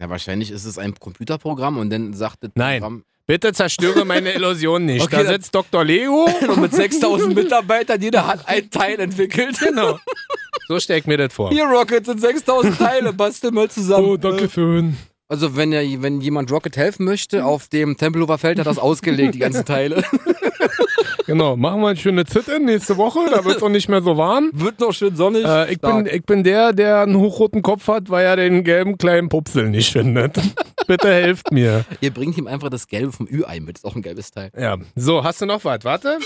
Speaker 2: Ja, wahrscheinlich ist es ein Computerprogramm und dann sagt das
Speaker 1: Nein.
Speaker 2: Programm.
Speaker 1: Bitte zerstöre meine Illusion nicht.
Speaker 2: Okay,
Speaker 1: da
Speaker 2: dann-
Speaker 1: sitzt Dr. Leo.
Speaker 2: Und mit 6000 Mitarbeitern, jeder hat einen Teil entwickelt.
Speaker 1: genau. So stelle ich mir das vor.
Speaker 2: Hier, Rocket, sind 6000 Teile, bastel mal zusammen.
Speaker 1: schön.
Speaker 2: Also, wenn, ja, wenn jemand Rocket helfen möchte, auf dem Tempelhofer Feld hat das ausgelegt, die ganzen Teile.
Speaker 1: Genau, machen wir ein schönes Sit-In nächste Woche, da wird es auch nicht mehr so warm.
Speaker 2: Wird noch schön sonnig.
Speaker 1: Äh, ich, bin,
Speaker 2: Stark.
Speaker 1: ich bin der, der einen hochroten Kopf hat, weil er den gelben kleinen Pupsel nicht findet. Bitte helft mir.
Speaker 2: Ihr bringt ihm einfach das Gelbe vom Ü-Ei mit, ist auch ein gelbes Teil.
Speaker 1: Ja, so, hast du noch was? Warte.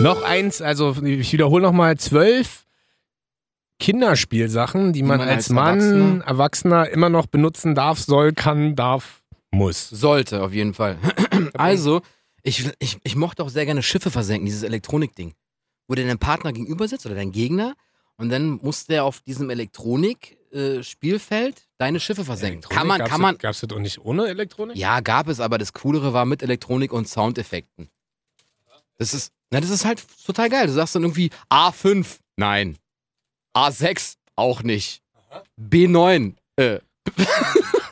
Speaker 1: Noch eins, also ich wiederhole nochmal, zwölf Kinderspielsachen, die man,
Speaker 2: man
Speaker 1: als,
Speaker 2: als
Speaker 1: Mann, Erwachsener.
Speaker 2: Erwachsener-
Speaker 1: immer noch benutzen darf, soll, kann, darf, muss.
Speaker 2: Sollte, auf jeden Fall. also, ich, ich, ich mochte auch sehr gerne Schiffe versenken, dieses Elektronikding. Wo dir dein Partner gegenüber sitzt oder dein Gegner und dann muss der auf diesem Elektronik-Spielfeld deine Schiffe versenken.
Speaker 1: Elektronik,
Speaker 2: kann man,
Speaker 1: gab's
Speaker 2: kann
Speaker 1: das-
Speaker 2: man.
Speaker 1: Gab's das auch nicht ohne Elektronik?
Speaker 2: Ja, gab es, aber das Coolere war mit Elektronik und Soundeffekten. Das ist, na, das ist halt total geil. Du sagst dann irgendwie A5, nein. A6, auch nicht. B9, äh,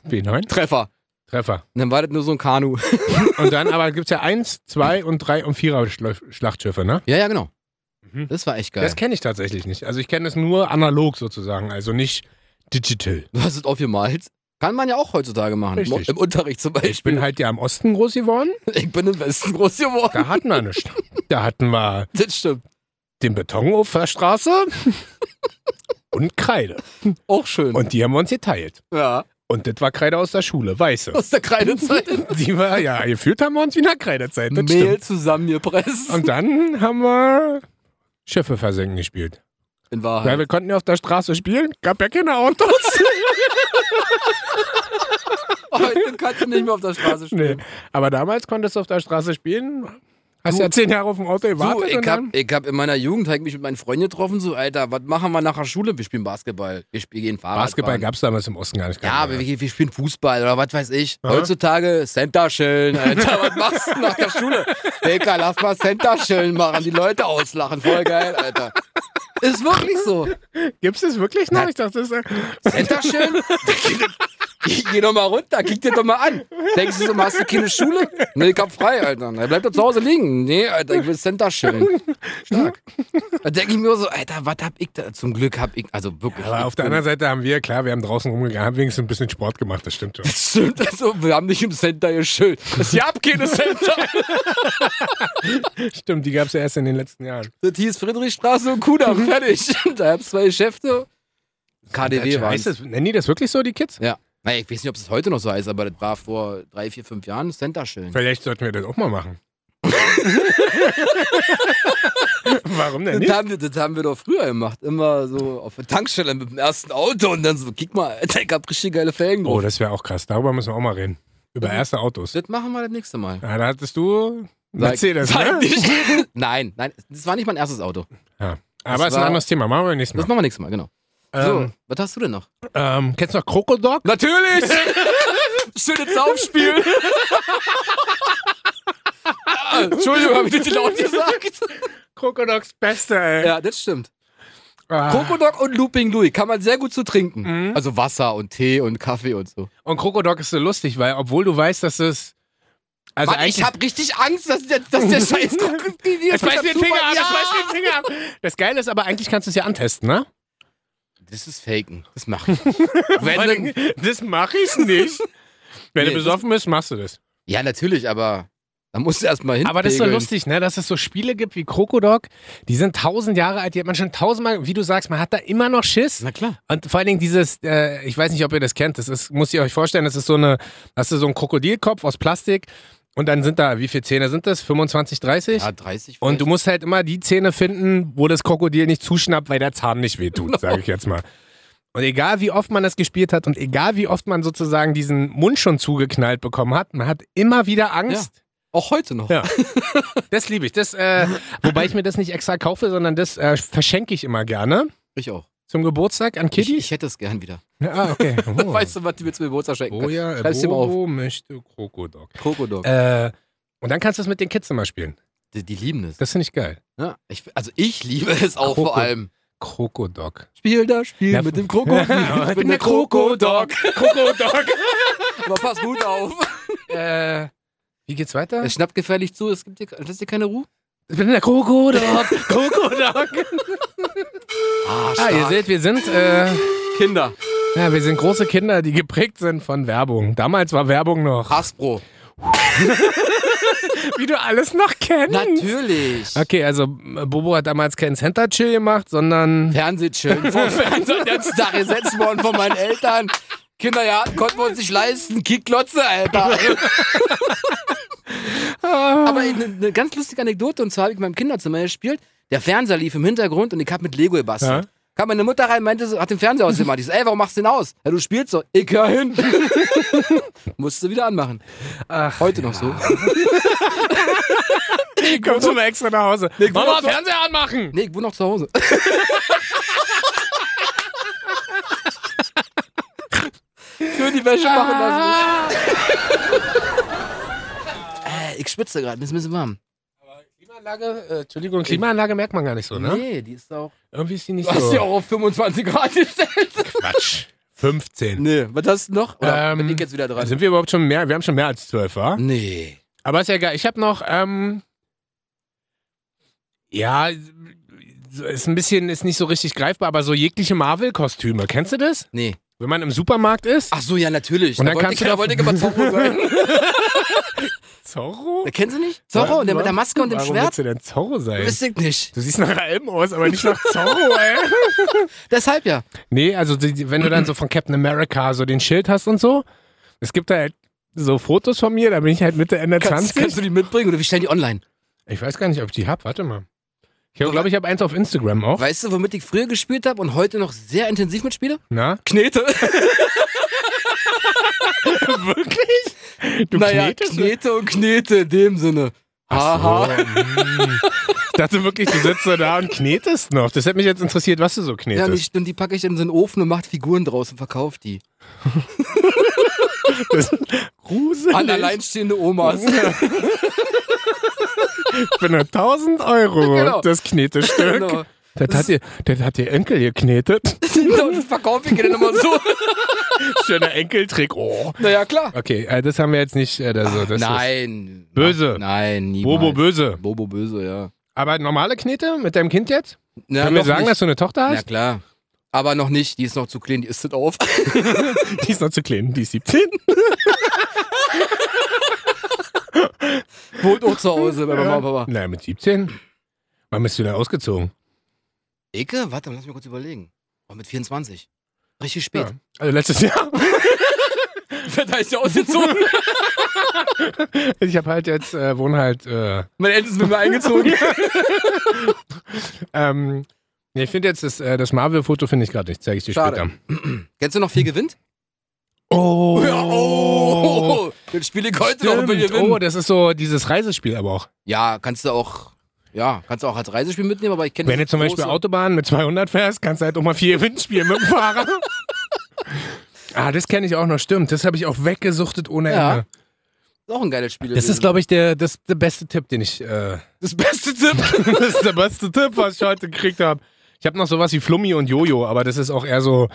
Speaker 1: B9?
Speaker 2: Treffer.
Speaker 1: Treffer.
Speaker 2: Und dann war das nur so ein Kanu.
Speaker 1: Und dann aber gibt es ja eins, zwei und drei und vierer Schla- Schlachtschiffe, ne?
Speaker 2: Ja, ja, genau.
Speaker 1: Mhm.
Speaker 2: Das war echt geil.
Speaker 1: Das kenne ich tatsächlich nicht. Also ich kenne es nur analog sozusagen, also nicht digital.
Speaker 2: Du hast es aufgemalt. Kann man ja auch heutzutage machen.
Speaker 1: Richtig.
Speaker 2: Im Unterricht zum Beispiel.
Speaker 1: Ich bin halt ja am Osten groß geworden.
Speaker 2: ich bin im Westen groß geworden.
Speaker 1: Da hatten wir nichts. Da hatten wir
Speaker 2: Das stimmt.
Speaker 1: den Beton auf der Straße und Kreide.
Speaker 2: Auch schön.
Speaker 1: Und die haben wir uns geteilt.
Speaker 2: ja.
Speaker 1: Und das war Kreide aus der Schule, weiße.
Speaker 2: Aus der Kreidezeit.
Speaker 1: Die war, ja, gefühlt haben wir uns wie in der Kreidezeit. Das
Speaker 2: Mehl
Speaker 1: stimmt.
Speaker 2: zusammengepresst.
Speaker 1: Und dann haben wir Schiffe versenken gespielt.
Speaker 2: In
Speaker 1: Weil
Speaker 2: Wahrheit.
Speaker 1: wir konnten ja auf der Straße spielen, gab ja keine Autos.
Speaker 2: Heute kannst du nicht mehr auf der Straße
Speaker 1: nee.
Speaker 2: stehen.
Speaker 1: Aber damals konntest du auf der Straße spielen. Hast
Speaker 2: Du-
Speaker 1: ja zehn Jahre auf dem Auto
Speaker 2: Du,
Speaker 1: gewartet.
Speaker 2: ich
Speaker 1: und
Speaker 2: hab,
Speaker 1: dann,
Speaker 2: ich hab in meiner Jugend hab ich mich mit meinen Freunden getroffen, so, Alter, was machen wir nach der Schule? Wir spielen Basketball. Wir spielen gehen Fahrrad.
Speaker 1: Basketball gab es damals im Osten gar nicht.
Speaker 2: Ja, aber wir, wir spielen Fußball oder was weiß ich.
Speaker 1: Aha.
Speaker 2: Heutzutage Centerschellen, Alter. Was machst du nach der Schule? Dicker, lass mal Centerschellen machen. Die Leute auslachen. Voll geil, Alter. Ist wirklich so.
Speaker 1: Gibt es das wirklich noch?
Speaker 2: Na-
Speaker 1: Ich dachte, das ist.
Speaker 2: Centerschellen? Geh, geh doch mal runter, guck dir doch mal an. Denkst du so, hast du keine Schule? Nee, ich hab frei, Alter. Er bleibt doch zu Hause liegen. Nee, Alter, ich will Centerschellen. Stark. Da denk ich mir so, Alter, was hab ich da? Zum Glück hab ich, also wirklich.
Speaker 1: Aber auf der anderen Seite haben wir, klar, wir haben draußen rumgegangen, haben wenigstens ein bisschen Sport gemacht, das stimmt schon.
Speaker 2: Stimmt, also wir haben nicht im Center geschillt. Es gab keine Center.
Speaker 1: stimmt, die gab es ja erst in den letzten Jahren.
Speaker 2: Das hieß Friedrichstraße und Kudamm, fertig. da hab zwei Geschäfte. KDW war
Speaker 1: Äh, heißt das, nennen die das wirklich so, die Kids?
Speaker 2: Ja. Naja, ich weiß nicht, ob es heute noch so heißt, aber das war vor drei, vier, fünf Jahren Center-Schillen.
Speaker 1: Vielleicht sollten wir das auch mal machen. Warum denn
Speaker 2: Das
Speaker 1: nicht?
Speaker 2: haben, wir, das haben wir doch früher gemacht. Immer so auf der Tankstelle mit dem ersten Auto und dann so, guck mal, Alter, ich hab richtig geile Felgen
Speaker 1: Oh,
Speaker 2: drauf.
Speaker 1: das wäre auch krass. Darüber müssen wir auch mal reden. Über erste Autos.
Speaker 2: das machen wir das nächste Mal.
Speaker 1: Ja, da hattest du
Speaker 2: Sag-
Speaker 1: Mercedes,
Speaker 2: sag
Speaker 1: ne?
Speaker 2: nicht. Nein, nein, das war nicht mein erstes Auto.
Speaker 1: Ja.
Speaker 2: Das
Speaker 1: Aber ist ein
Speaker 2: war-
Speaker 1: anderes Thema. Machen wir beim nächsten
Speaker 2: Das
Speaker 1: Mal.
Speaker 2: machen wir nächstes Mal, genau.
Speaker 1: Ähm,
Speaker 2: So, was hast du denn noch?
Speaker 1: ähm, kennst du noch Krokodok?
Speaker 2: Natürlich! Schönes Saufspiel! Ah, Entschuldigung, habe ich das laut gesagt?
Speaker 1: Krokodoks Beste, ey.
Speaker 2: Ja, das stimmt.
Speaker 1: Ah.
Speaker 2: Kokodok und Looping Louis kann man sehr gut zu trinken.
Speaker 1: Mhm.
Speaker 2: Also Wasser und Tee und Kaffee und so.
Speaker 1: Und Krokodok ist so lustig, weil obwohl du weißt, dass es. Also
Speaker 2: Mann,
Speaker 1: eigentlich.
Speaker 2: ich habe richtig Angst, dass der, dass der scheiß Krokodil
Speaker 1: es beißt mir den Finger ab,
Speaker 2: ja.
Speaker 1: es beißt mir den Finger ab. Das Geile ist aber, eigentlich kannst du es ja antesten, ne?
Speaker 2: Das ist Faken. Das macht ich. nicht. Wenn, denn-
Speaker 1: das mache ich nicht. Wenn
Speaker 2: Nee,
Speaker 1: du besoffen bist, machst du das.
Speaker 2: ja, natürlich, aber da musst du erst mal hin.
Speaker 1: Aber das ist so lustig, ne? Dass es so Spiele gibt wie Krokodok, die sind tausend Jahre alt, die hat man schon tausendmal, wie du sagst, man hat da immer noch Schiss.
Speaker 2: Na klar.
Speaker 1: Und vor allen Dingen dieses, äh, ich weiß nicht, ob ihr das kennt, das ist, muss ihr euch vorstellen, das ist so eine, das ist so ein Krokodilkopf aus Plastik Und dann sind da, wie viele Zähne sind das? 25, 30?
Speaker 2: Ja, 30
Speaker 1: Und
Speaker 2: vielleicht.
Speaker 1: du musst halt immer die Zähne finden, wo das Krokodil nicht zuschnappt, weil der Zahn nicht wehtut, sage ich jetzt mal. Und egal wie oft man das gespielt hat und egal wie oft man sozusagen diesen Mund schon zugeknallt bekommen hat, man hat immer wieder Angst.
Speaker 2: Auch heute noch.
Speaker 1: Ja. Das liebe ich. Das, äh, wobei ich mir das nicht extra kaufe, sondern das äh, verschenke ich immer gerne
Speaker 2: Ich auch.
Speaker 1: zum Geburtstag an
Speaker 2: Ich,
Speaker 1: Kitty.
Speaker 2: ich hätte es gern wieder.
Speaker 1: ah, okay. Oh.
Speaker 2: Weißt du, was die mir zum Geburtstag schenken
Speaker 1: Boja,
Speaker 2: können?
Speaker 1: äh,
Speaker 2: Schreib's dir mal auf.
Speaker 1: Bobo möchte Krokodok.
Speaker 2: Kokodok.
Speaker 1: Äh, und dann kannst du es mit den Kids immer spielen.
Speaker 2: die, die lieben es.
Speaker 1: Das finde ich geil.
Speaker 2: Ja, ich, also ich liebe es auch
Speaker 1: Kroko-
Speaker 2: vor allem.
Speaker 1: Krokodok.
Speaker 2: Spiel das Spiel
Speaker 1: Ja,
Speaker 2: mit dem Krokodil.
Speaker 1: Ja,
Speaker 2: ich bin der Krokodok.
Speaker 1: Krokodok.
Speaker 2: Aber pass gut auf.
Speaker 1: äh, wie geht's weiter?
Speaker 2: Es schnappt gefährlich zu, es gibt dir, lässt dir keine Ruhe.
Speaker 1: Ich bin der Krokodok. Krokodok.
Speaker 2: Ah,
Speaker 1: ah, ihr seht, wir sind, äh,
Speaker 2: Kinder.
Speaker 1: ja, wir sind große Kinder, die geprägt sind von Werbung. Damals war Werbung noch.
Speaker 2: Hasbro.
Speaker 1: Wie du alles noch kennst.
Speaker 2: Natürlich.
Speaker 1: Okay, also äh, Bobo hat damals keinen Center Chill gemacht, sondern
Speaker 2: Fernsehchillen vom
Speaker 1: Also,
Speaker 2: Fernseher den ganzen Tag gesetzt worden von meinen Eltern. Kinder, ja, konnten wir uns nicht leisten. Kickklotze, Alter. Ah. Aber eine eine ganz lustige Anekdote, und zwar habe ich in meinem Kinderzimmer gespielt. Der Fernseher lief im Hintergrund und ich habe mit Lego gebastelt.
Speaker 1: Ja.
Speaker 2: Kam meine Mutter rein, meinte, so, hat den Fernseher ausgemacht. Ich so, ey, warum machst du den aus? Ja, du spielst so. Ich hör hin. Musste wieder anmachen.
Speaker 1: Ach,
Speaker 2: Heute noch so.
Speaker 1: ich komm schon mal extra nach Hause.
Speaker 2: Nee, ich
Speaker 1: Mama,
Speaker 2: wollte noch-
Speaker 1: Fernseher anmachen!
Speaker 2: Nee, ich wohne noch zu Hause. Schön die Wäsche machen lassen. Äh, ich schwitze gerade, mir ist ein bisschen warm.
Speaker 1: Klimaanlage, äh, Entschuldigung, Klimaanlage merkt man gar nicht so, ne?
Speaker 2: Nee, die ist auch.
Speaker 1: Irgendwie ist die nicht
Speaker 2: Du hast die
Speaker 1: so.
Speaker 2: auch auf 25 Grad gestellt.
Speaker 1: Quatsch. 15.
Speaker 2: Nee, was hast du noch? Oder
Speaker 1: Ähm,
Speaker 2: bin ich jetzt wieder dran?
Speaker 1: Sind wir überhaupt schon mehr? Wir haben schon mehr als 12, wa?
Speaker 2: Nee.
Speaker 1: Aber ist ja geil. Ich habe noch, ähm, ja, so ist ein bisschen, ist nicht so richtig greifbar, aber so jegliche Marvel-Kostüme. Kennst du das?
Speaker 2: Nee.
Speaker 1: Wenn man im Supermarkt ist?
Speaker 2: Ach so, ja, natürlich.
Speaker 1: Und
Speaker 2: Da
Speaker 1: dann
Speaker 2: wollte
Speaker 1: kannst
Speaker 2: ich,
Speaker 1: du
Speaker 2: da
Speaker 1: doch-
Speaker 2: wollte ich immer Zorro sein.
Speaker 1: Zorro?
Speaker 2: Da kennst du nicht? Zorro, der mit der Maske und dem
Speaker 1: Warum
Speaker 2: Schwert?
Speaker 1: willst du denn Zorro sein?
Speaker 2: Wüsste ich nicht.
Speaker 1: Du siehst nach Alben aus, aber nicht nach Zorro, ey.
Speaker 2: Deshalb ja.
Speaker 1: Nee, also die, die- wenn du dann so von Captain America so den Schild hast und so. Es gibt da halt so Fotos von mir, da bin ich halt Mitte, Ende
Speaker 2: Kannst,
Speaker 1: 20.
Speaker 2: kannst du die mitbringen oder wir stellen die online?
Speaker 1: Ich weiß gar nicht, ob ich die hab. Warte mal. Ich glaube, ich habe eins auf Instagram auch.
Speaker 2: Weißt du, womit ich früher gespielt habe und heute noch sehr intensiv mitspiele?
Speaker 1: Na?
Speaker 2: Knete.
Speaker 1: Wirklich? Du
Speaker 2: naja,
Speaker 1: knetest?
Speaker 2: Knete und Knete in dem Sinne.
Speaker 1: Ach
Speaker 2: Haha.
Speaker 1: so, mm. ich dachte wirklich, du sitzt so da und knetest noch. Das hätte mich jetzt interessiert, was du so
Speaker 2: Ja,
Speaker 1: knetest.
Speaker 2: und, ich, und die packe ich in so einen Ofen und macht Figuren draus und verkauft die.
Speaker 1: das gruselig.
Speaker 2: An alleinstehende Omas.
Speaker 1: Für nur 1000 Euro
Speaker 2: Genau.
Speaker 1: das Knetestück.
Speaker 2: genau.
Speaker 1: Das, hat ihr, das hat ihr Enkel geknetet.
Speaker 2: und verkaufe ich die dann immer so.
Speaker 1: Schöner Enkeltrick. Oh.
Speaker 2: Naja, klar.
Speaker 1: Okay, äh, das haben wir jetzt nicht. Äh, also, das
Speaker 2: Nein.
Speaker 1: Böse.
Speaker 2: Nein,
Speaker 1: Ist
Speaker 2: niemals.
Speaker 1: Bobo böse.
Speaker 2: Bobo böse, ja.
Speaker 1: Aber normale Knete mit deinem Kind jetzt?
Speaker 2: Na,
Speaker 1: Können wir
Speaker 2: noch
Speaker 1: sagen,
Speaker 2: nicht.
Speaker 1: dass du eine Tochter
Speaker 2: Na
Speaker 1: hast?
Speaker 2: klar. Aber noch nicht, die ist noch zu klein, die isst das auf.
Speaker 1: Die ist noch zu klein, die ist 17.
Speaker 2: Wohnt auch zu Hause bei Mama und Papa.
Speaker 1: Nein, mit 17? Wann bist du denn ausgezogen?
Speaker 2: Ecke? Warte, lass mich kurz überlegen. Oh, mit 24. Richtig spät.
Speaker 1: Ja. Also letztes Jahr.
Speaker 2: Da ist ja ausgezogen.
Speaker 1: Ich habe halt jetzt, äh, wohne halt, äh,
Speaker 2: Meine Eltern sind mit mir eingezogen.
Speaker 1: ähm, nee, ich finde jetzt das, äh, das Marvel-Foto finde ich gerade nicht, zeige ich dir
Speaker 2: Schade.
Speaker 1: später.
Speaker 2: Kennst du noch viel gewinnt?
Speaker 1: Oh,
Speaker 2: oh. Jetzt spiele ich
Speaker 1: Stimmt.
Speaker 2: heute noch viel gewinnt.
Speaker 1: oh, das ist so dieses Reisespiel aber auch.
Speaker 2: Ja, kannst du auch. Ja, kannst du auch als Reisespiel mitnehmen, aber ich kenne
Speaker 1: Wenn du zum Beispiel Autobahn mit 200 fährst, kannst du halt auch mal vier Wind spielen mit dem Fahrer. ah, das kenne ich auch noch, stimmt. Das habe ich auch weggesuchtet ohne
Speaker 2: Ja.
Speaker 1: Ende.
Speaker 2: Ist auch ein geiles Spiel.
Speaker 1: Das ist, glaube ich, der, das, der beste Tipp, den ich... Äh,
Speaker 2: das beste Tipp.
Speaker 1: Das ist der beste Tipp, was ich heute gekriegt habe. Ich habe noch sowas wie Flummi und Jojo, aber das ist auch eher so,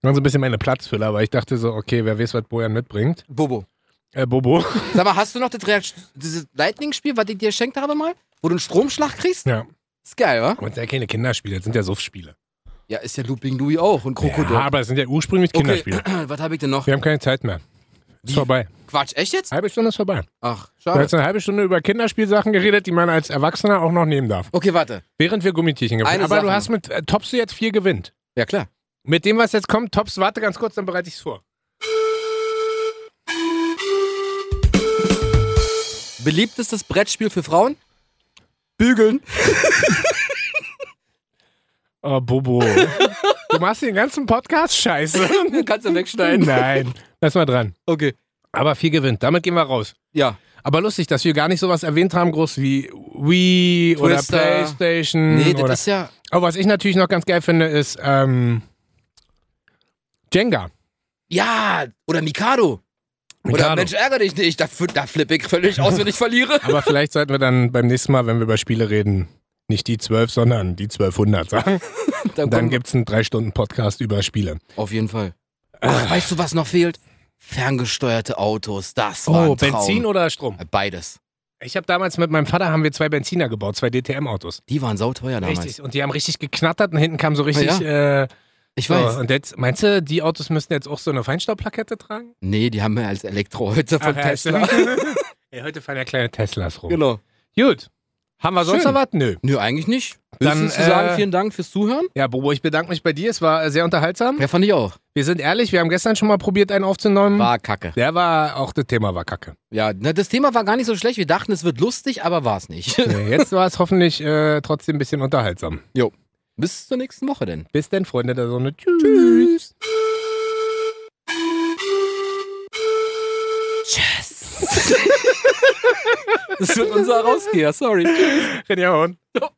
Speaker 1: waren so ein bisschen meine Platzfüller, weil ich dachte so, okay, wer weiß, was Bojan mitbringt.
Speaker 2: Bobo.
Speaker 1: Äh, Bobo.
Speaker 2: Sag mal, hast du noch das Reakt dieses Lightning-Spiel, was ich dir geschenkt habe mal? Wo du einen Stromschlag kriegst?
Speaker 1: Ja.
Speaker 2: Ist geil, wa?
Speaker 1: Aber das sind ja keine Kinderspiele, das sind ja Suff-Spiele.
Speaker 2: Ja, ist ja Looping Louis auch und Krokodil.
Speaker 1: Ja, aber es sind ja ursprünglich Kinderspiele.
Speaker 2: Okay, was habe ich denn noch?
Speaker 1: Wir haben keine Zeit mehr. Ist
Speaker 2: Wie?
Speaker 1: vorbei.
Speaker 2: Quatsch, echt jetzt?
Speaker 1: Halbe Stunde ist vorbei. Wir
Speaker 2: Ach,
Speaker 1: haben
Speaker 2: schade.
Speaker 1: jetzt eine halbe Stunde über Kinderspielsachen geredet, die man als Erwachsener auch noch nehmen darf.
Speaker 2: Okay, warte.
Speaker 1: Während wir Gummitierchen gefunden
Speaker 2: Eine
Speaker 1: Aber du
Speaker 2: Sache
Speaker 1: hast mit äh, Tops jetzt vier gewinnt.
Speaker 2: Ja, klar.
Speaker 1: Mit dem, was jetzt kommt, Tops, warte ganz kurz, dann bereite ich es vor.
Speaker 2: Beliebtestes Brettspiel für Frauen? Bügeln.
Speaker 1: Oh, Bobo. Du machst den ganzen Podcast scheiße.
Speaker 2: Kannst du wegschneiden.
Speaker 1: Nein. Lass mal dran.
Speaker 2: Okay.
Speaker 1: Aber viel gewinnt. Damit gehen wir raus.
Speaker 2: Ja.
Speaker 1: Aber lustig, dass wir gar nicht sowas erwähnt haben, groß wie Wii oder
Speaker 2: Twister.
Speaker 1: Playstation.
Speaker 2: Nee,
Speaker 1: Hm, oder
Speaker 2: das ist ja.
Speaker 1: Aber was ich natürlich noch ganz geil finde, ist ähm, Jenga.
Speaker 2: Ja, oder Mikado. Oder
Speaker 1: Mikado.
Speaker 2: Mensch, ärgere dich nicht. Da, fl- da flippe ich völlig aus, wenn ich verliere.
Speaker 1: Aber vielleicht sollten wir dann beim nächsten Mal, wenn wir über Spiele reden, nicht die 12, sondern die 1200 sagen. Dann
Speaker 2: Dann, kommen-
Speaker 1: gibt es einen 3-Stunden-Podcast über Spiele.
Speaker 2: Auf jeden Fall.
Speaker 1: Äh.
Speaker 2: Ach, weißt du, was noch fehlt? Ferngesteuerte Autos. Das war ein Oh, Traum.
Speaker 1: Oh,
Speaker 2: Äh,
Speaker 1: Benzin oder Strom?
Speaker 2: Beides.
Speaker 1: Ich habe damals mit meinem Vater haben wir zwei Benziner gebaut, zwei DTM-Autos.
Speaker 2: Die waren sauteuer damals.
Speaker 1: Richtig. Und die haben richtig geknattert und hinten kam so richtig. Äh,
Speaker 2: Ich
Speaker 1: so.
Speaker 2: weiß.
Speaker 1: Und jetzt, meinst du, die Autos müssten jetzt auch so eine Feinstaubplakette tragen?
Speaker 2: Nee, die haben wir als Elektro heute von
Speaker 1: Ach, ja,
Speaker 2: Tesla.
Speaker 1: stimmt. Ey, heute fahren ja kleine Teslas rum.
Speaker 2: genau.
Speaker 1: Gut. Haben wir sonst
Speaker 2: Schön.
Speaker 1: noch was? Nö.
Speaker 2: Nö, eigentlich nicht.
Speaker 1: Dann,
Speaker 2: Höchstens zu sagen,
Speaker 1: äh,
Speaker 2: vielen Dank fürs Zuhören.
Speaker 1: Ja, Bobo, ich bedanke mich bei dir. Es war äh, sehr unterhaltsam.
Speaker 2: Ja, fand ich auch.
Speaker 1: Wir sind ehrlich, wir haben gestern schon mal probiert, einen aufzunehmen.
Speaker 2: War kacke.
Speaker 1: Der war, auch das Thema war kacke.
Speaker 2: Ja, na, das Thema war gar nicht so schlecht. Wir dachten, es wird lustig, aber war es nicht.
Speaker 1: Nee, Jetzt war es hoffentlich äh, trotzdem ein bisschen unterhaltsam.
Speaker 2: Bis zur nächsten Woche denn.
Speaker 1: Bis denn, Freunde der Sonne. Tschüss.
Speaker 2: Das wird unser Rausgeher, sorry.
Speaker 1: Tschüss. Ja, und.
Speaker 2: Ja.